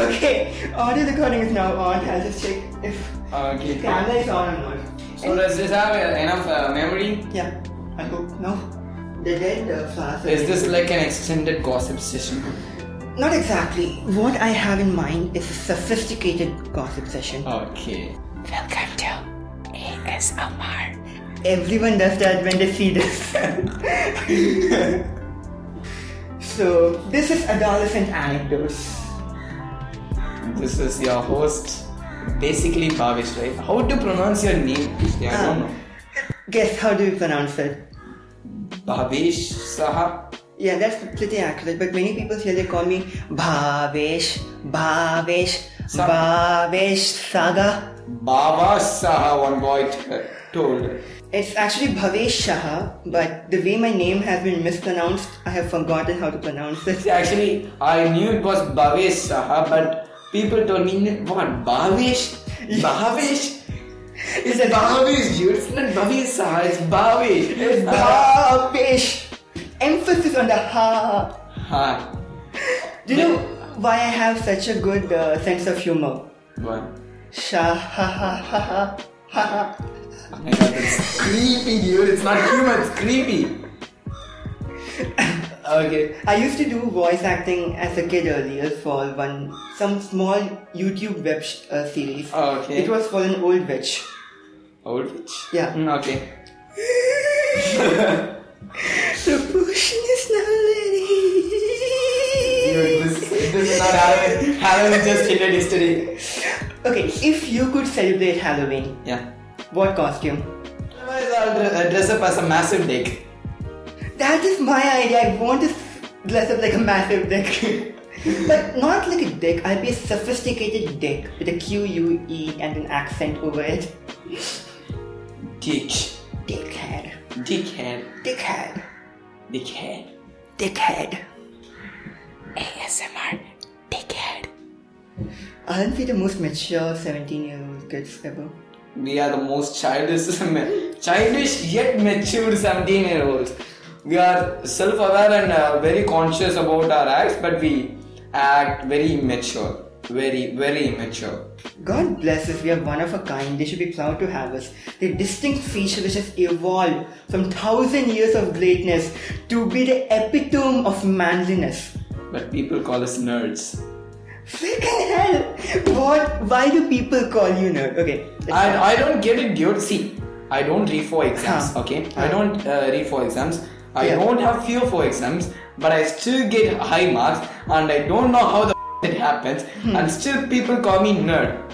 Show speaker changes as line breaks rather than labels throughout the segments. Okay, audio recording is now on. I'll just check if the
Okay.
camera is on or not.
So does this have uh, enough uh, memory?
Yeah, I hope no. They did uh, fast.
Is this like an extended gossip session?
Not exactly. What I have in mind is a sophisticated gossip session.
Okay.
Welcome to ASMR.
Everyone does that when they see this. so, this is adolescent anecdotes.
This is your host, basically Bhavish, right? How to pronounce your name? Yeah, I don't know.
Um, Guess how do you pronounce it?
Bhavish Saha.
Yeah, that's pretty accurate, but many people here they call me Bhavesh, Bhavesh,
Saga.
Bhavesh Saga.
Baba Saha, one boy t- uh, told.
It's actually Bhavesh Shah, but the way my name has been mispronounced, I have forgotten how to pronounce it.
See, actually, I knew it was Bhavish Saha, but people told me, what, Bhavish? Bhavish? It's Bhavish, dude. It's not Bhavish Saha, it's Bhavish.
It's Bhavesh. Emphasis on the ha.
Ha.
Do you know why I have such a good uh, sense of humor?
What?
Shah ha ha ha ha ha ha.
Oh my god, that's creepy, dude. It's not human, it's creepy. Okay.
I used to do voice acting as a kid earlier for one some small YouTube web sh- uh, series.
Okay.
It was for an old witch.
Old witch?
Yeah.
Mm, okay.
The potion is now ready.
Dude, this, this is not Halloween. Halloween just ended yesterday.
Okay, if you could celebrate Halloween,
Yeah.
what costume?
Otherwise, I'll dre- uh, dress up as a massive dick.
That is my idea. I want to s- dress up like a massive dick. but not like a dick. I'll be a sophisticated dick with a Q U E and an accent over it.
Dick.
Dickhead.
Dickhead.
Dickhead.
Dickhead.
Dickhead.
ASMR. Dickhead.
Aren't we the most mature 17 year old kids ever?
We are the most childish, childish yet matured 17 year olds. We are self aware and uh, very conscious about our acts, but we act very immature. Very, very immature.
God bless us, we are one of a kind. They should be proud to have us. The distinct feature which has evolved from thousand years of greatness to be the epitome of manliness.
But people call us nerds.
Freaking hell! What? Why do people call you nerd? Okay. let's-
And I don't get it, dude. See, I don't read for exams,
Huh.
okay? I don't uh, read for exams. I
Yeah.
don't have fear for exams, but I still get high marks, and I don't know how the it happens,
Hmm.
and still people call me nerd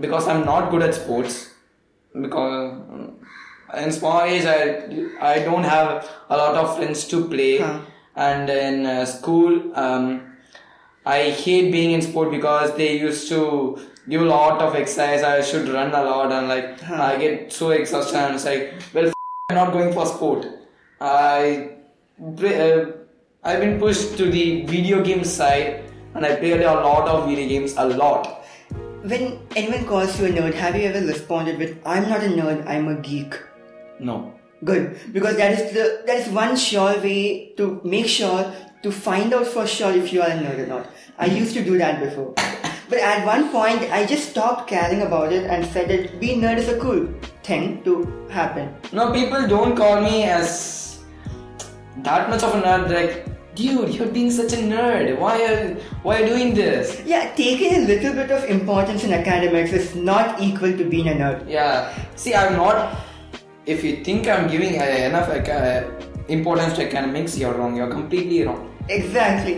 because I'm not good at sports. Because uh, in small age, I I don't have a lot of friends to play,
Huh.
and in uh, school, um, I hate being in sport because they used to give a lot of exercise. I should run a lot, and like I get so exhausted. And it's like, well, f- I'm not going for sport. I play, uh, I've been pushed to the video game side, and I played a lot of video games, a lot.
When anyone calls you a nerd, have you ever responded with, I'm not a nerd, I'm a geek?
No.
Good, because that is the that is one sure way to make sure to find out for sure if you are a nerd or not. I used to do that before, but at one point I just stopped caring about it and said that being nerd is a cool thing to happen.
No, people don't call me as that much of a nerd. Like, dude, you're being such a nerd. Why are why are you doing this?
Yeah, taking a little bit of importance in academics is not equal to being a nerd.
Yeah. See, I'm not. If you think I'm giving uh, enough uh, importance to academics, you're wrong. You're completely wrong.
Exactly.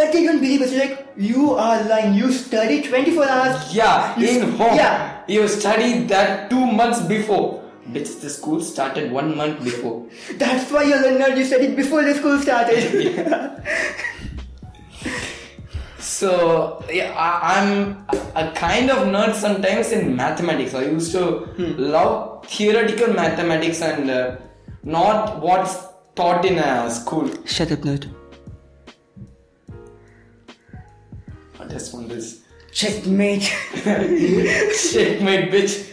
But they don't believe us. They're like, you are lying. You study 24 hours.
Yeah,
You-
in home.
Yeah.
You studied that two months before. Bitch, the school started one month before.
That's why you're a nerd. You studied before the school started.
So yeah, I, I'm a, a kind of nerd sometimes in mathematics. I used to love theoretical mathematics and uh, not what's taught in uh, school.
Shut up, nerd.
I just want this
Checkmate.
shit, my bitch.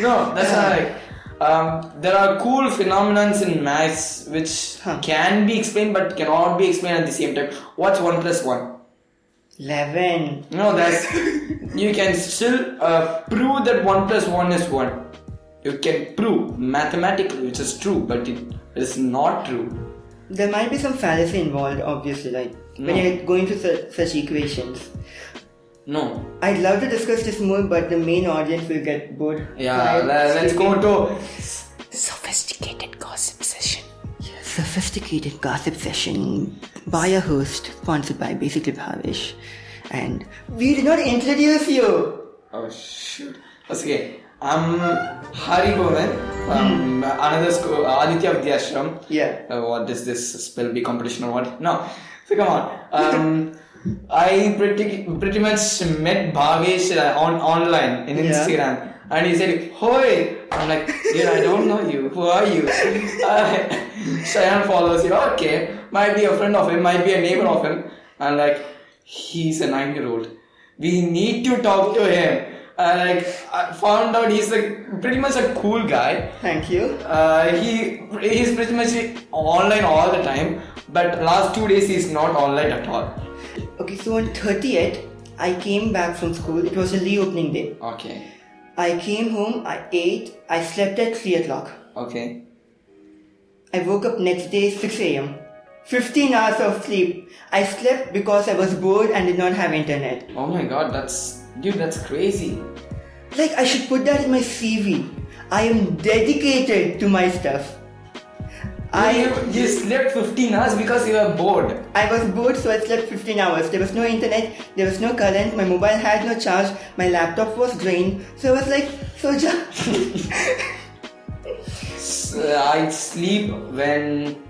No, that's not right. Um, there are cool phenomenons in maths which
Huh.
can be explained but cannot be explained at the same time. What's one plus one?
11.
No, that's you can still uh, prove that one plus one is one. You can prove mathematically it is true, but it is not true.
There might be some fallacy involved, obviously, like when
No.
you're going through such, such equations.
No.
I'd love to discuss this more, but the main audience will get bored.
Yeah.
tired,
le- let's
sleepy.
go to
Sophisticated gossip session.
Sophisticated gossip session by a host, sponsored by Basically Bhavish. And we did not introduce you.
Oh shoot. That's okay. I'm Hari Govind from another school, Aditya Vidyashram.
Yeah.
Uh, what is this spell bee competition or what? No. So come on. Um, I pretty pretty much met Bhavesh uh, on online in
Yeah.
Instagram, and he said, "Hoi." I'm like, "Yeah, I don't know you. Who are you?" Uh, Shayan follows you. Okay, might be a friend of him, might be a neighbor of him. I'm like, he's a nine-year-old we need to talk to him. And like, I found out he's a pretty much a cool guy.
Thank you.
Uh, he he's pretty much online all the time, but last two days he's not online at all.
Okay, so on 30th, I came back from school. It was a reopening day.
Okay,
I came home, I ate, I slept at 3 o'clock.
okay.
I woke up next day 6 a.m. 15 hours of sleep. I slept because I was bored and did not have internet.
Oh my god, that's dude, that's crazy.
Like, I should put that in my CV. I am dedicated to my stuff.
I
I,
you slept 15 hours because you were bored.
I was bored, so I slept 15 hours. There was no internet, there was no current, my mobile had no charge, my laptop was drained. So I was like, so
S- uh, I sleep when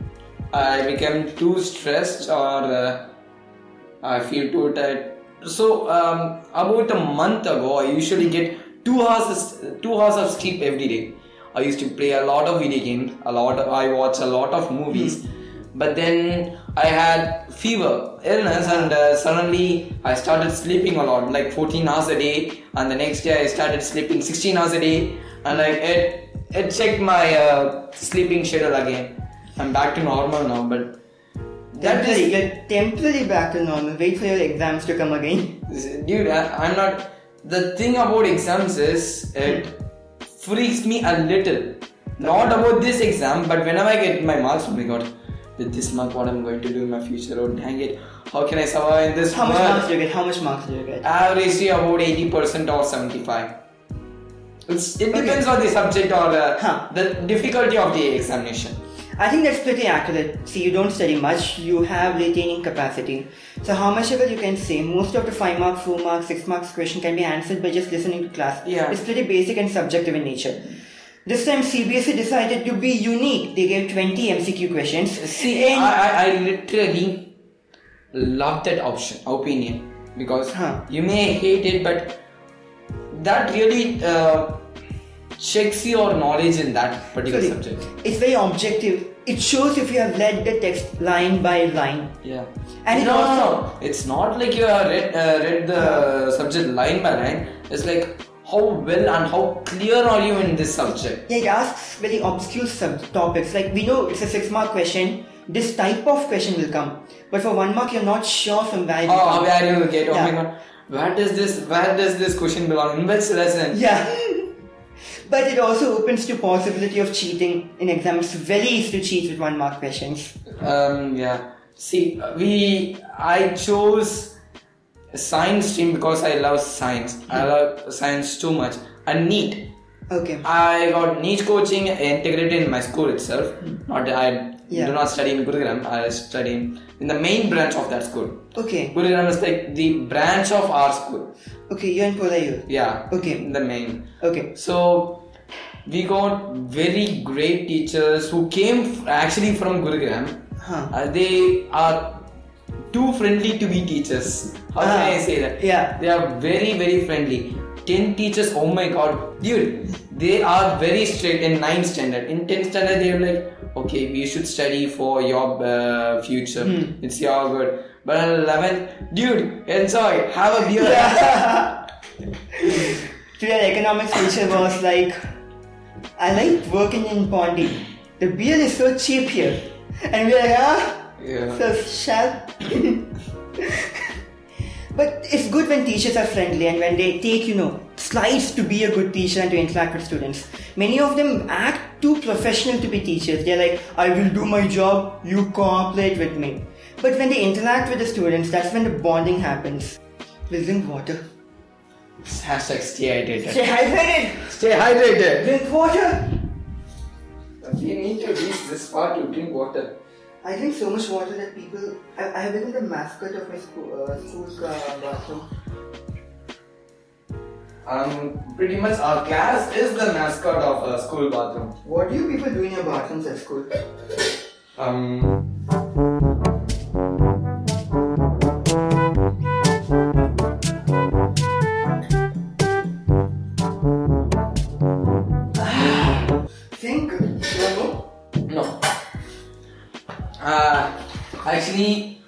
I become too stressed or uh, I feel too tired. So um, about a month ago, I usually get two hours two hours of sleep every day. I used to play a lot of video games, a lot. Of, I watch a lot of movies, but then I had fever, illness, and uh, suddenly I started sleeping a lot, like 14 hours a day. And the next day I started sleeping 16 hours a day, and like it it checked my uh, sleeping schedule again. I'm back to normal now, but that is
temporary, you're temporarily back to normal. Wait for your exams to come again.
dude I, i'm not the thing about exams is it freaks me a little not about this exam but whenever i get my marks oh my god with this mark what i'm going to do in my future oh dang it how can i survive in this
How much
world?
marks do you get? How much marks do you get?
average about 80% or 75 it's, it
Okay.
depends on the subject or uh,
Huh.
the difficulty of the examination
I think that's pretty accurate. See, you don't study much, you have retaining capacity. So, how much ever you can say, most of the 5 marks, 4 marks, 6 marks question can be answered by just listening to class.
Yeah.
It's pretty basic and subjective in nature. This time, CBSE E decided to be unique. They gave 20 MCQ questions.
Uh, See,
And-
I, I, I literally love that option opinion because
Huh.
you may hate it, but that really uh, checks your knowledge in that particular
sorry,
subject.
it's very objective. It shows if you have read the text line by line.
Yeah.
And it
no, no,
also-
no, it's not like you have read, uh, read the subject line by line. It's like how well and how clear are you in this subject.
Yeah, it asks very obscure sub- topics. Like we know it's a six mark question. This type of question will come, but for one mark you're not sure from where. it will
Oh,
come.
where you get? Oh
Yeah.
my god, where does this where does this question belong? In which lesson?
Yeah. but it also opens to possibility of cheating in exams. It's very easy to cheat with one mark questions.
Um, yeah. See, we I chose science stream because I love science.
Hmm.
I love science too much. And neat.
Okay.
I got neat coaching integrated in my school itself. Not that I
Hmm. Yeah.
do not study in Gurugram. I study in, in the main branch of that school.
Okay.
Gurugram is like the branch of our school.
Okay. You're in Kolayur.
Yeah.
Okay.
The main.
Okay.
So we got very great teachers who came f- actually from Gurugram.
Huh.
Uh, they are too friendly to be teachers. How can I
Ah,
say that?
yeah.
They are very very friendly. Ten teachers. Oh my god, dude. They are very strict in nine standard. In ten standard, they are like, okay, we should study for your uh, future.
Hmm.
It's your good. But in eleventh, dude, enjoy. Have a beer.
Today, our economics teacher was like, "I like working in Pondi. The beer is so cheap here," and we're like, "Ah."
Yeah.
So shall. But it's good when teachers are friendly and when they take, you know, slides to be a good teacher and to interact with students. Many of them act too professional to be teachers. They're like, I will do my job, you cooperate with me. But when they interact with the students, that's when the bonding happens. We'll drink water.
Hashtag stay hydrated.
Stay hydrated!
Stay hydrated.
Drink water!
We need to reach this far to drink water.
I drink so much water that people. I, I have become the mascot of my school, uh, school's uh, bathroom.
Um, pretty much our class is the mascot of a school bathroom.
What do you people do in your bathrooms at school?
Um,
Think. No.
no. Uh, actually,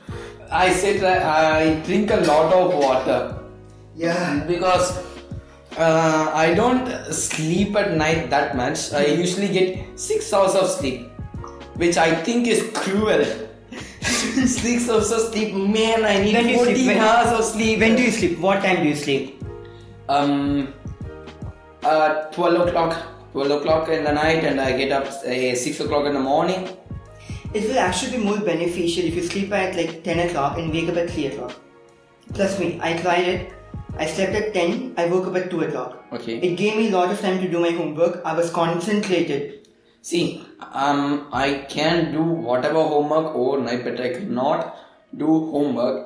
I said that I drink a lot of water
Yeah.
because uh, I don't sleep at night that much. I
Hmm.
usually get six hours of sleep, which I think is cruel. six hours of sleep, man! I need
When do you sleep?
fourteen
When-
hours of sleep.
When do you sleep? What time do you sleep?
um uh 12 o'clock 12 o'clock in the night and i get up uh, 6 o'clock in the morning
It will actually be more beneficial if you sleep at like 10 o'clock and wake up at 3 o'clock. Trust me, I tried it. I slept at 10, I woke up at 2 o'clock.
okay
It gave me a lot of time to do my homework. I was concentrated.
see um i can do whatever homework overnight but i cannot do homework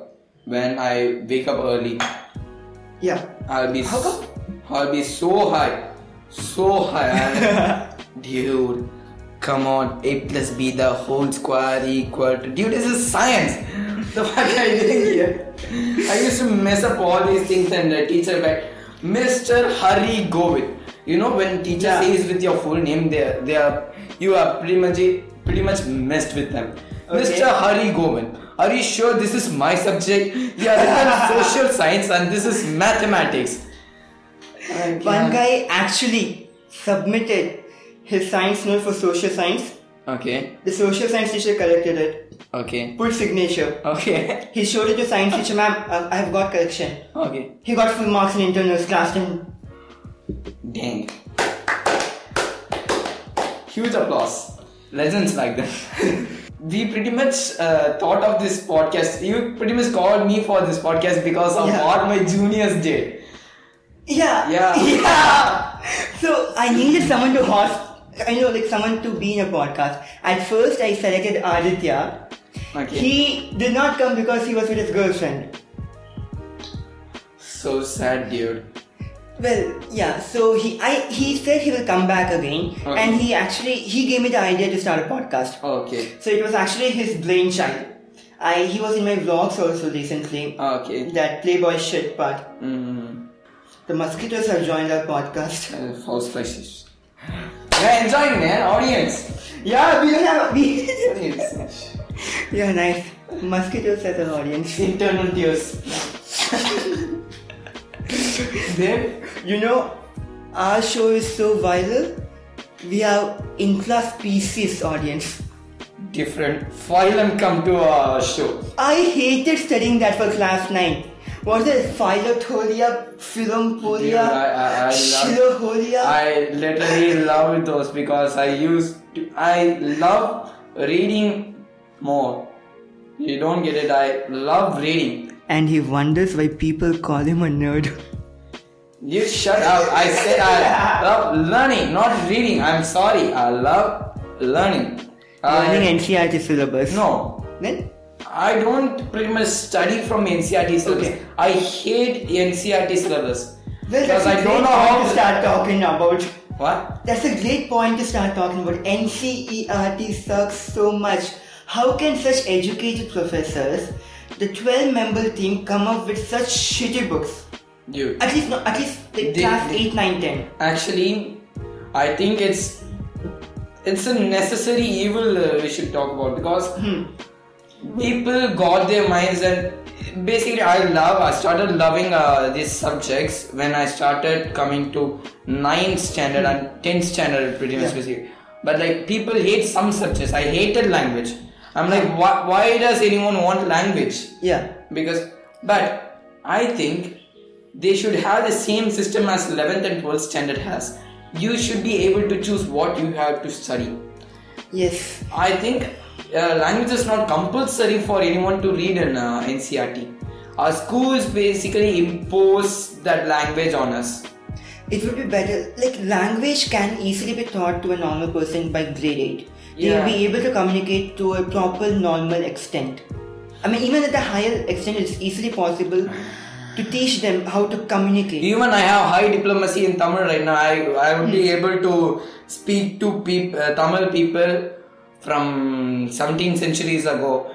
when i wake up early
Yeah.
i'll be
How come?
i'll be so high so high I'm like, dude come on a plus b the whole square equal to dude this is science the fuck are you doing here I used to mess up all these things and the teacher like, Mr. Hari Govind. You know when teacher
Yeah.
says with your full name, they are, they are you are pretty much pretty much messed with them.
Okay.
Mr. Hari Govind, are you sure this is my subject? Yeah, this is social science and this is mathematics. I
One
can't-
guy actually submitted his science note for social science.
Okay,
The social science teacher collected it,
okay,
put signature.
okay,
He showed it to science teacher, ma'am, uh, I have got correction.
okay.
He got full marks in internals, class 10.
Dang. Huge applause. Legends like them. we pretty much uh, thought of this podcast. You pretty much called me for this podcast because of
Yeah.
what my juniors did.
Yeah.
Yeah.
Yeah. So I needed someone to host, I know, like someone to be in a podcast. At first, I selected Aditya.
Okay.
He did not come because he was with his girlfriend.
so sad, dude.
Well, yeah. So he, I, he said he will come back again,
Okay.
and he actually he gave me the idea to start a podcast.
Oh. Okay.
So it was actually his brainchild. I he was in my vlogs also recently.
Okay.
That Playboy shit part.
Mm.
The mosquitoes have joined our podcast.
Uh, false flashes. Yeah, enjoying, man. Audience.
Yeah, we don't have we.
Audience.
yeah, nice. Mosquitoes as an audience.
Internal tears. then,
You know, our show is so viral. We have in-class species audience.
different. File and come to our show.
I hated studying that for class 9. Was it Philothoria,
Dude, I- I- I
Philompolia,
love-
Shilohoria?
I literally love those because I use to, I love reading more. You don't get it. I love reading.
And he wonders why people call him a nerd.
You shut up. I said I love learning, not reading. I'm sorry. I love learning. I-
Learning NCRT syllabus.
no.
Then?
I don't pretty much study from NCRT syllabus.
Okay.
I hate NCRT syllabus
Well, that's
because
a
I
great
don't know
point
how
to start talking about.
What?
That's a great point to start talking about. NCERT sucks so much. How can such educated professors, the 12 member team, come up with such shitty books?
Dude.
At least, no, at least like
They-
class
they-
8, 9, 10.
Actually, I think it's it's a necessary evil uh, we should talk about because people got their minds and basically I love I started loving uh, these subjects when I started coming to ninth standard and tenth standard pretty much
Yeah.
basically. But like people hate some subjects. I hated language. I'm like, why, why does anyone want language?
Yeah.
because but I think they should have the same system as 11th and 12th standard has. You should be able to choose what you have to study.
Yes.
I think uh, language is not compulsory for anyone to read in uh, NCRT. Our schools basically impose that language on us.
It would be better. Like language can easily be taught to a normal person by grade eight.
Yeah.
They'll be able to communicate to a proper normal extent. I mean, even at the higher extent, it's easily possible to teach them how to communicate.
Even I have high diplomacy in Tamil right now. I, I would be able to speak to peop- uh, Tamil people from 17 centuries ago.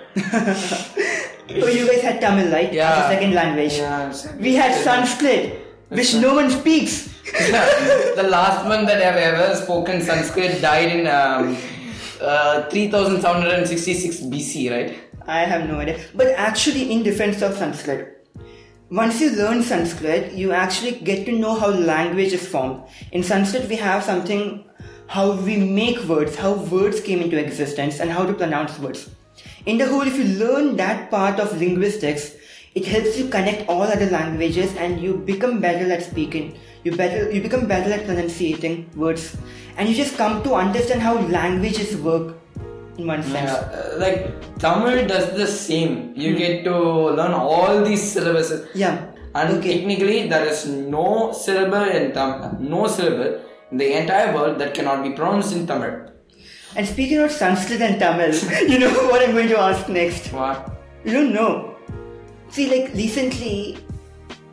So you guys had Tamil, right?
Yeah.
As a second language.
Yeah.
We had Sanskrit, which no one speaks.
the last one that I've ever spoken Sanskrit died in um, uh, 3766 BC, right?
I have no idea. But actually, in defense of Sanskrit, once you learn Sanskrit, you actually get to know how language is formed. In Sanskrit, we have something how we make words, how words came into existence, and how to pronounce words. In the whole, if you learn that part of linguistics, it helps you connect all other languages and you become better at speaking. You better you become better at pronunciating words. And you just come to understand how languages work in one sense.
Uh, like Tamil does the same. You get to learn all these syllabuses.
Hmm. Yeah.
And
Okay.
technically, there is no syllable in Tamil, no syllable in the entire world that cannot be pronounced in Tamil.
And speaking of Sanskrit and Tamil, you know what I'm going to ask next?
What?
You don't know. See, like recently,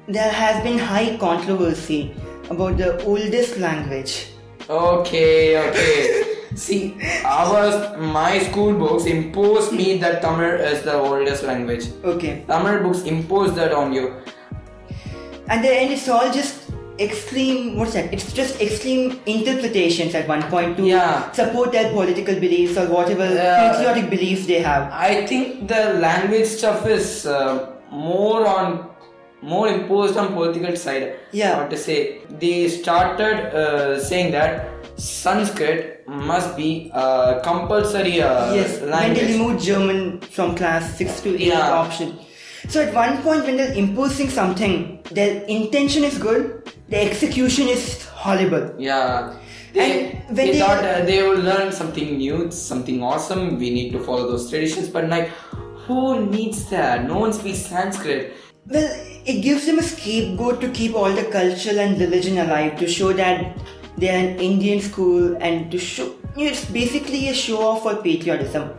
there has been high controversy about the oldest language.
Okay, okay. See, our my school books impose me that Tamil is the oldest language.
Okay.
Tamil books impose that on you.
And then it's all just extreme, what's that? It's just extreme interpretations at one point to
Yeah.
support their political beliefs or whatever
Yeah.
patriotic beliefs they have.
I think the language stuff is uh, more on more imposed on political side.
Yeah.
What to say? They started uh, saying that Sanskrit must be uh, compulsory uh,
yes, when they
language.
remove German from class 6 to 8
Yeah.
option. So at one point when they're imposing something, their intention is good, the execution is horrible.
Yeah. They,
And when
they,
they-
thought uh, they will learn something new, something awesome. We need to follow those traditions, but like, who needs that? No one speaks Sanskrit.
Well, it gives them a scapegoat to keep all the culture and religion alive, to show that they're an Indian school and to show. you know, It's basically a show off for patriotism.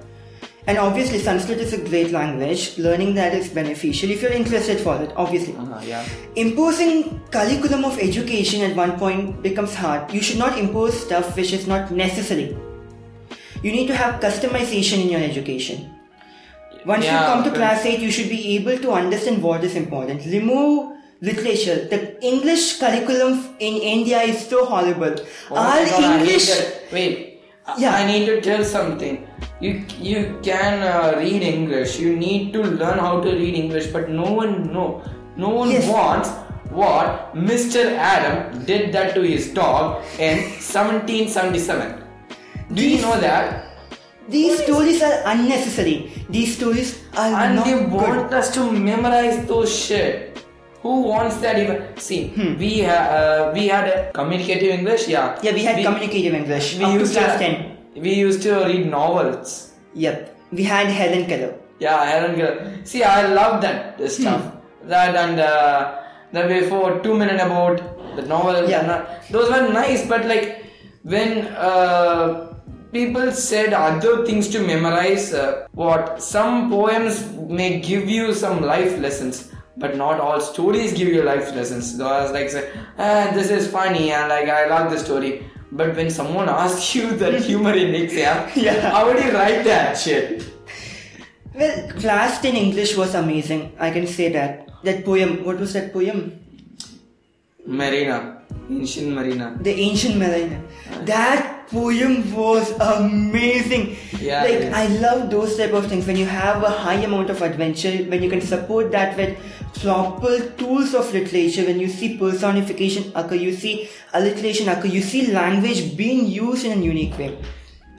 And obviously, Sanskrit is a great language. Learning that is beneficial if you're interested for it, obviously.
Uh, yeah.
Imposing curriculum of education at one point becomes hard. You should not impose stuff which is not necessary. You need to have customization in your education. Once
Yeah,
you come to
okay.
class 8, you should be able to understand what is important. Remove literature. The English curriculum in India is so horrible. All
Oh my God, I
English.
need to- Wait. I-
Yeah.
I need to tell something. You you can uh, read English. You need to learn how to read English, but no one no no one
Yes.
wants what Mr. Adam did that to his dog in 1777. Do you
These-
know that?
These stories are unnecessary. These stories are
And
not
they
good.
want us to memorize those shit. Who wants that even? See,
Hmm.
we ha- uh, we had a communicative English, yeah.
Yeah, we had communicative English.
we
up
used
to class
to,
10.
We used to read novels.
Yep. We had Helen Keller.
Yeah, Helen Keller. See, I love that uh,
Hmm.
stuff. That and uh, the way for two minute about the novel.
Yeah.
and, uh, those were nice, but like when uh, people said other things to memorize, uh, what some poems may give you some life lessons. But not all stories give you life lessons. So I was like, say, ah, this is funny, and like I love this story. But when someone asks you that humor in exam,
Yeah.
how would you write that shit?
Well, class 10 English was amazing. I can say that. That poem, what was that poem?
Marina. Ancient Marina.
The Ancient Mariner. That poem was amazing.
Yeah,
like
yeah.
I love those type of things when you have a high amount of adventure, when you can support that with proper tools of literature, when you see personification occur, you see alliteration occur, you see language being used in a unique way.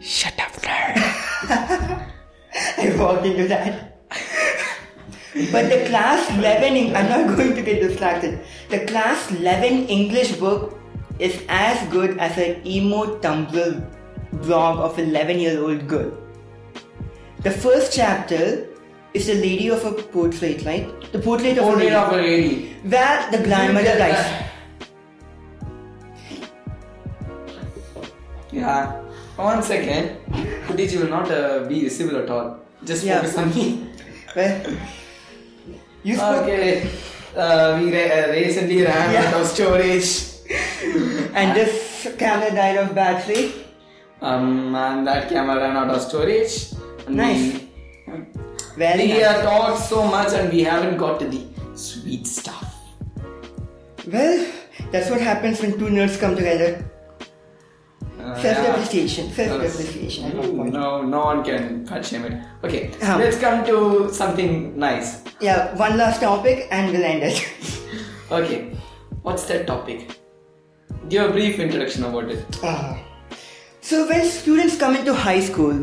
Shut up, nerd.
I walked into that. But the class 11, Eng- I'm not going to get distracted. The class 11 English book is as good as an emo Tumblr blog of 11 year old girl. The first chapter is the lady of a portrait, right? The portrait of
Portrait
a lady.
of a lady.
Where the grandmother dies.
Yeah. One second. Footage will not uh, be visible at all. Just
Yeah.
focus on me.
Well, you spoke
Okay. Uh, we re- uh, recently ran
Yeah.
out of storage.
and this camera died of battery.
Um, and that camera ran out of storage. And
Nice.
We,
Very
we
nice.
have talked so much and we haven't got to the sweet stuff.
Well, that's what happens when two nerds come together.
Uh, Mm,
Self-depreciation, self-depreciation at one
No,
point.
no, no one can cut shame it. Okay,
Um.
let's come to something nice.
Yeah, one last topic and we'll end it.
Okay, what's that topic? Give a brief introduction about it.
Ah. So when students come into high school,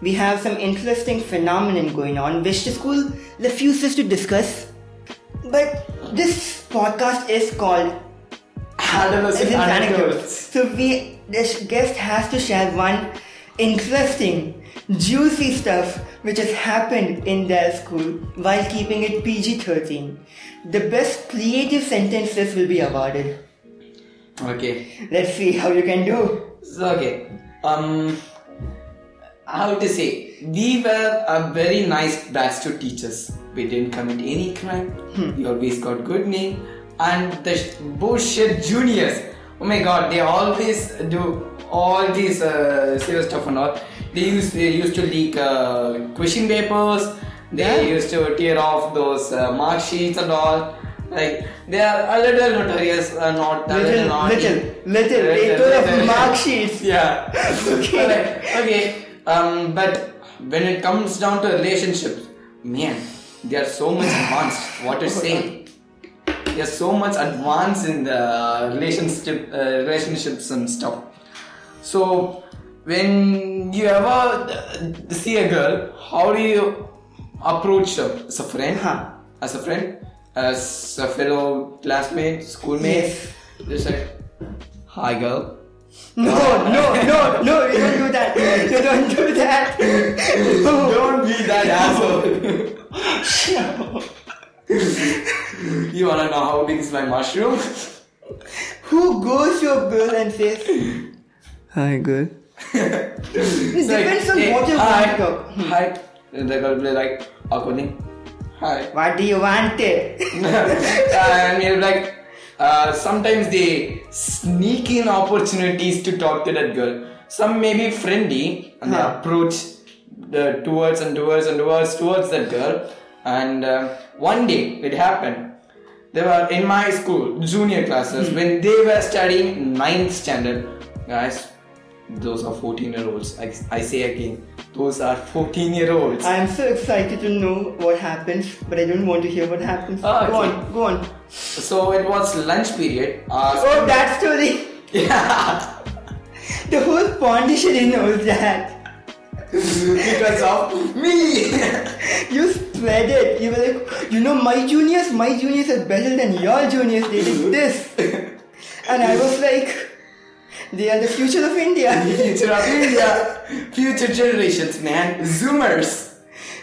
we have some interesting phenomenon going on which the school refuses to discuss. But this podcast is called
Adolescent
It's anecdotes.
anecdotes.
So we this guest has to share one interesting, juicy stuff which has happened in their school while keeping it PG thirteen. The best creative sentences will be awarded.
Okay,
Let's see how you can do.
so okay. Um, how to say? We were a very nice batch to teachers. We didn't commit any crime. We always got good name. And the sh- bullshit juniors. Oh my god, they always do all these uh, serious stuff and all. They used they used to leak uh, question papers. They used to tear off those uh, mark sheets and all. Like they are a little notorious, uh, not a
Little,
little, naughty.
little, little. They tore off mark sheets.
Yeah.
Okay.
Alright, okay. Um, but when it comes down to relationships, man, they are so much advanced. What
Oh
to say? They are so much advanced in the relationship, uh, relationships and stuff. So, when you ever uh, see a girl, how do you approach her as a friend?
Huh.
As a friend, as a fellow classmate, schoolmate,
Yes.
just like, hi girl.
No, no, no, no, you don't do that. You don't do that.
Don't be that asshole. you wanna know how big is my mushroom?
Who goes to a girl and says, Hi, girl? It depends on what you
hi,
want. girl.
Hi. And the girl will be like, according. Hi.
What do you want? it?
and you're like, uh, sometimes they sneak in opportunities to talk to that girl. Some may be friendly and
Huh.
they approach the, towards and towards and towards towards that girl. And uh, one day it happened. They were in my school, junior classes,
Hmm.
when they were studying 9th standard. Guys, those are 14 year olds. I, I say again, those are 14 year olds.
I'm so excited to know what happens, but I don't want to hear what happens.
Ah,
Go
okay.
on, go on.
So it was lunch period. Uh,
Oh, that story.
yeah.
The whole Pondicherry knows that.
because of me.
You spread it. You were like, you know, my juniors, my juniors are better than your juniors. They did this. And I was like, they are the future of India.
future of India, future generations, man, Zoomers.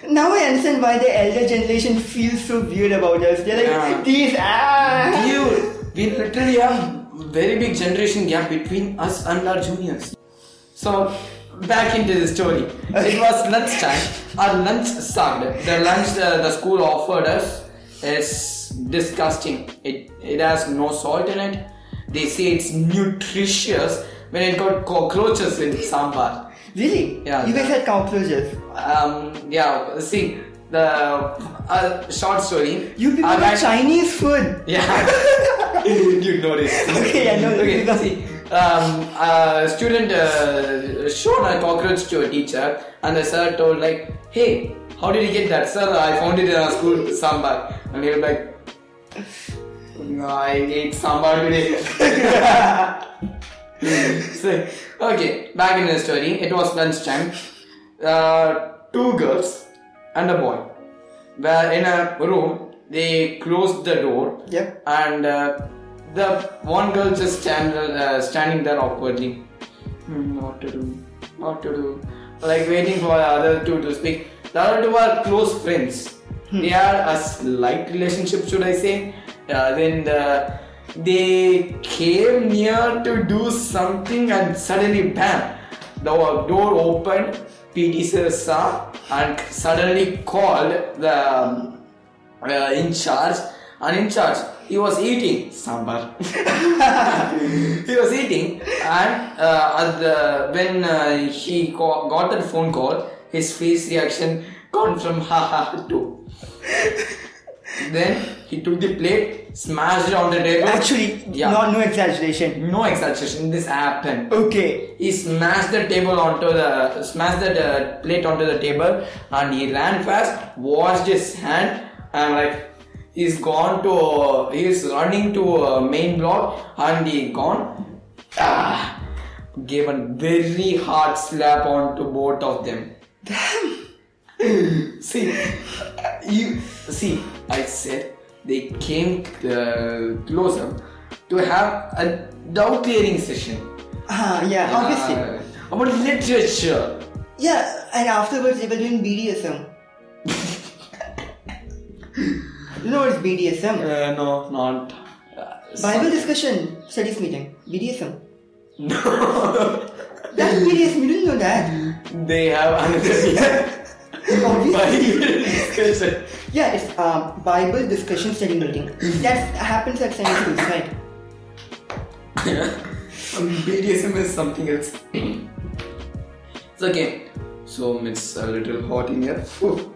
Now I understand why the elder generation feels so weird about us. They're like,
Yeah.
these ah.
Dude, we literally have very big generation gap between us and our juniors. So back into the story. It was lunchtime. Our lunch sucked. The lunch uh, the school offered us is disgusting. It it has no salt in it. They say it's nutritious when it got cockroaches in sambar.
Really?
Yeah,
You guys
yeah.
had cockroaches.
um, yeah, see, the uh, short story.
You people
Our
got
guy-
Chinese food.
Yeah. you noticed.
Okay, I know.
Okay, see, um, a student uh, showed a cockroach to a teacher, and the sir told like, "Hey, how did you get that, sir? I found it in our school sambar." And he was like, "No, I ate sambar today." Hmm. So, okay, back in the story. It was lunchtime. Uh, two girls and a boy. were in a room. They closed the door,
Yep.
and uh, the one girl just stand, uh, standing there awkwardly. Hmm, what to do? What to do? Like waiting for the other two to speak. The other two are close friends. They are a slight relationship, should I say? Uh, then the, they came near to do something, and suddenly, bam! The door opened. PD sir saw and suddenly called the um, uh, in charge and in charge he was eating sambar he was eating and uh, at the, when uh, he co- got that phone call his face reaction gone from ha ha to then he took the plate smashed it on the table
Actually,
yeah
no, no exaggeration.
no exaggeration this happened
Okay.
he smashed the table onto the smashed the uh, plate onto the table and he ran fast washed his hand and like he's gone to uh, he's running to uh, main block and he gone ah, gave a very hard slap onto both of them see, you see, I said they came uh, closer to have a doubt clearing session.
Ah, yeah, obviously.
Uh, about literature.
Yeah, and afterwards they were doing BDSM. you know what's BDSM?
Uh, no, not. Uh,
Bible
some-
discussion, studies meeting, BDSM.
no.
That's BDSM, you didn't know that.
they have another
Obviously.
Bible discussion.
Yeah, it's um, Bible discussion study meeting. That happens at Sunday schools, right?
Um, BDSM is something else. it's okay. So it's a little hot in here. Phew.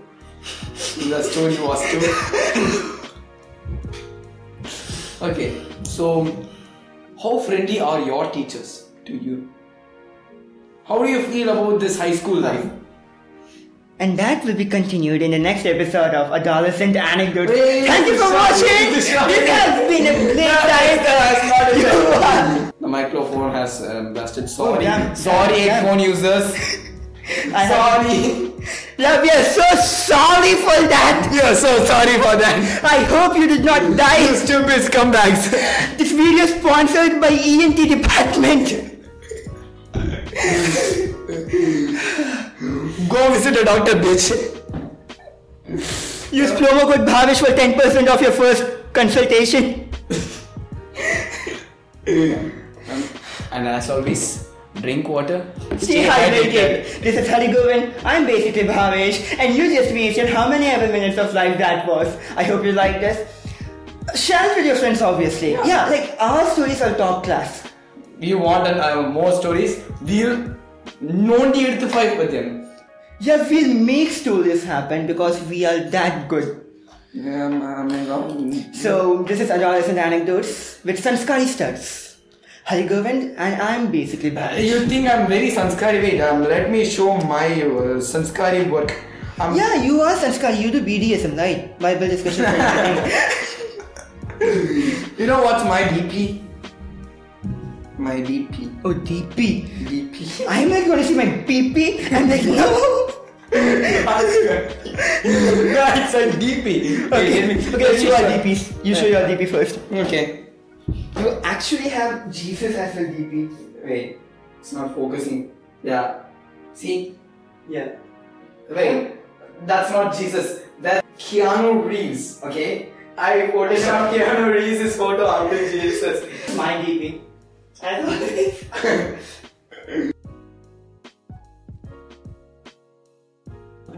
the story was too. okay. So, how friendly are your teachers to you? How do you feel about this high school life?
And that will be continued in the next episode of Adolescent Anecdotes.
Hey,
Thank you for
sorry,
watching! This
this is sorry.
has been a great time!
The microphone has um, busted. Sorry,
Oh, damn.
sorry,
Damn.
headphone users.
I have-
sorry.
Love, we are so sorry for that!
Yeah, so sorry for that.
I hope you did not die!
You stupid scumbags.
This video sponsored by ENT department.
Go visit a doctor, bitch.
Use promo code Bhavish for 10% off your first consultation.
and as always, drink water.
Stay hydrated. This is Hari Govind. I'm basically Bhavish, and you just wasted how many ever minutes of life that was. I hope you liked this. Share it with your friends, obviously. Yeah, like our stories are top class.
You want uh, more stories? We'll no need to fight with them.
Yeah, we'll make stories happen because we are that good.
Yeah, man.
So this is Adolescent Anecdotes with Sanskari Studs. Hari Govind, and I'm basically Bhavish.
You think I'm very sanskari? Wait, um, let me show my uh, sanskari work. I'm
Yeah, you are Sanskar, you do BDSM, right? Bible discussion.
You know what's my DP? My DP.
oh, DP.
DP.
I'm not gonna see my PP. I'm like, no.
That's a DP.
Okay, okay,
let me- let me
show your
show-
DPs. You show your DP first.
Okay.
You actually have Jesus as your DP.
Wait, it's not focusing. Yeah. See?
Yeah.
Wait, that's not Jesus. That's Keanu Reeves, okay? I photoshopped Keanu Reeves' photo after Jesus.
My DP. I don't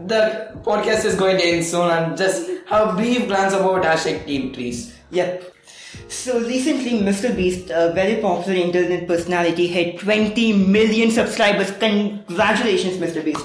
The podcast is going to end soon and just have a brief glance about hashtag team trees.
Yep. So recently, Mr. Beast, a very popular internet personality, hit 20 million subscribers. Congratulations, Mr. Beast.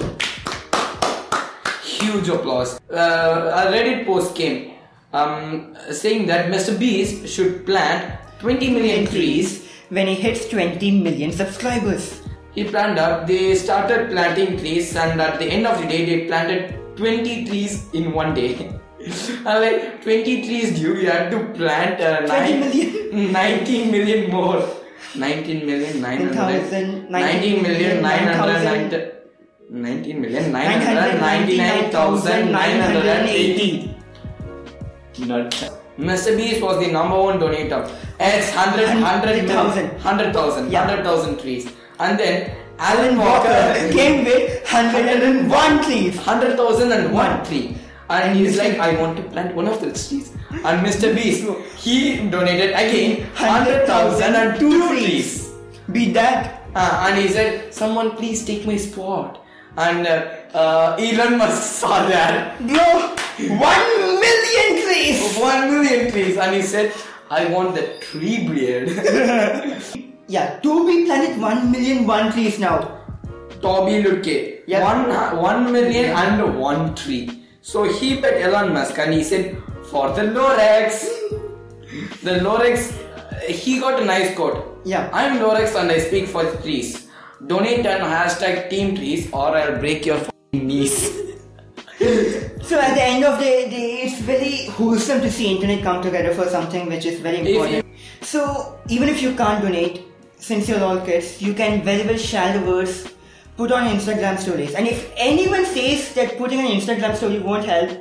huge applause. Uh, a Reddit post came um, saying that Mr. Beast should plant 20 million trees.
When he hits 20 million subscribers.
He planned up, they started planting trees, and at the end of the day, they planted 20 trees in one day. And like 20 trees due, you had to plant uh,
20
nine-
million.
19 million more. 19 million 900.
9,000,
19
9,000,
million 990. 19 million 999,980.
999,980.
Nuts. Mr. Beast was the number one donator. It's 100, 100,
100,000.
100,000,
Yeah.
100,000 trees. And then Alan
Alan Walker
Walker,
came with 101 trees. Hmm.
100,001 tree. And he's like, I want to plant one of those trees. And Mr. Beast, he donated again 100,002 trees.
Be that.
Uh, and he said, "Someone please take my spot." And uh, uh, Elon Musk saw that
Bro, 1 million trees.
one million trees, and he said, "I want that tree beard."
Yeah, to be planted 1 million one trees now.
Toby Lutke,
Yeah.
one one million and one tree. So he bet Elon Musk, and he said, "For the Lorex." the Lorex, uh, he got a nice quote.
Yeah.
I'm Lorex, and I speak for trees. Donate and hashtag Team Trees, or I'll break your f***ing knees.
So at the end of the day, it's very wholesome to see internet come together for something which is very important. So even if you can't donate, since you're all kids, you can very well share the words, put on Instagram stories. And if anyone says that putting an Instagram story won't help,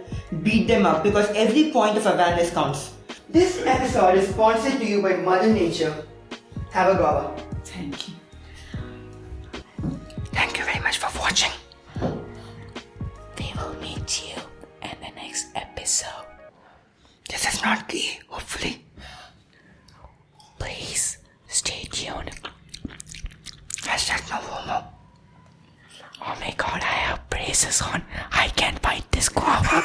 beat them up because every point of awareness counts. This episode is sponsored to you by Mother Nature. Have a guava.
Thank you. Thank you very much for watching. We will meet you in the next episode. This is not gay, hopefully. Please stay tuned. Hashtag no homo. Oh my god, I have braces on. I can't bite this guava.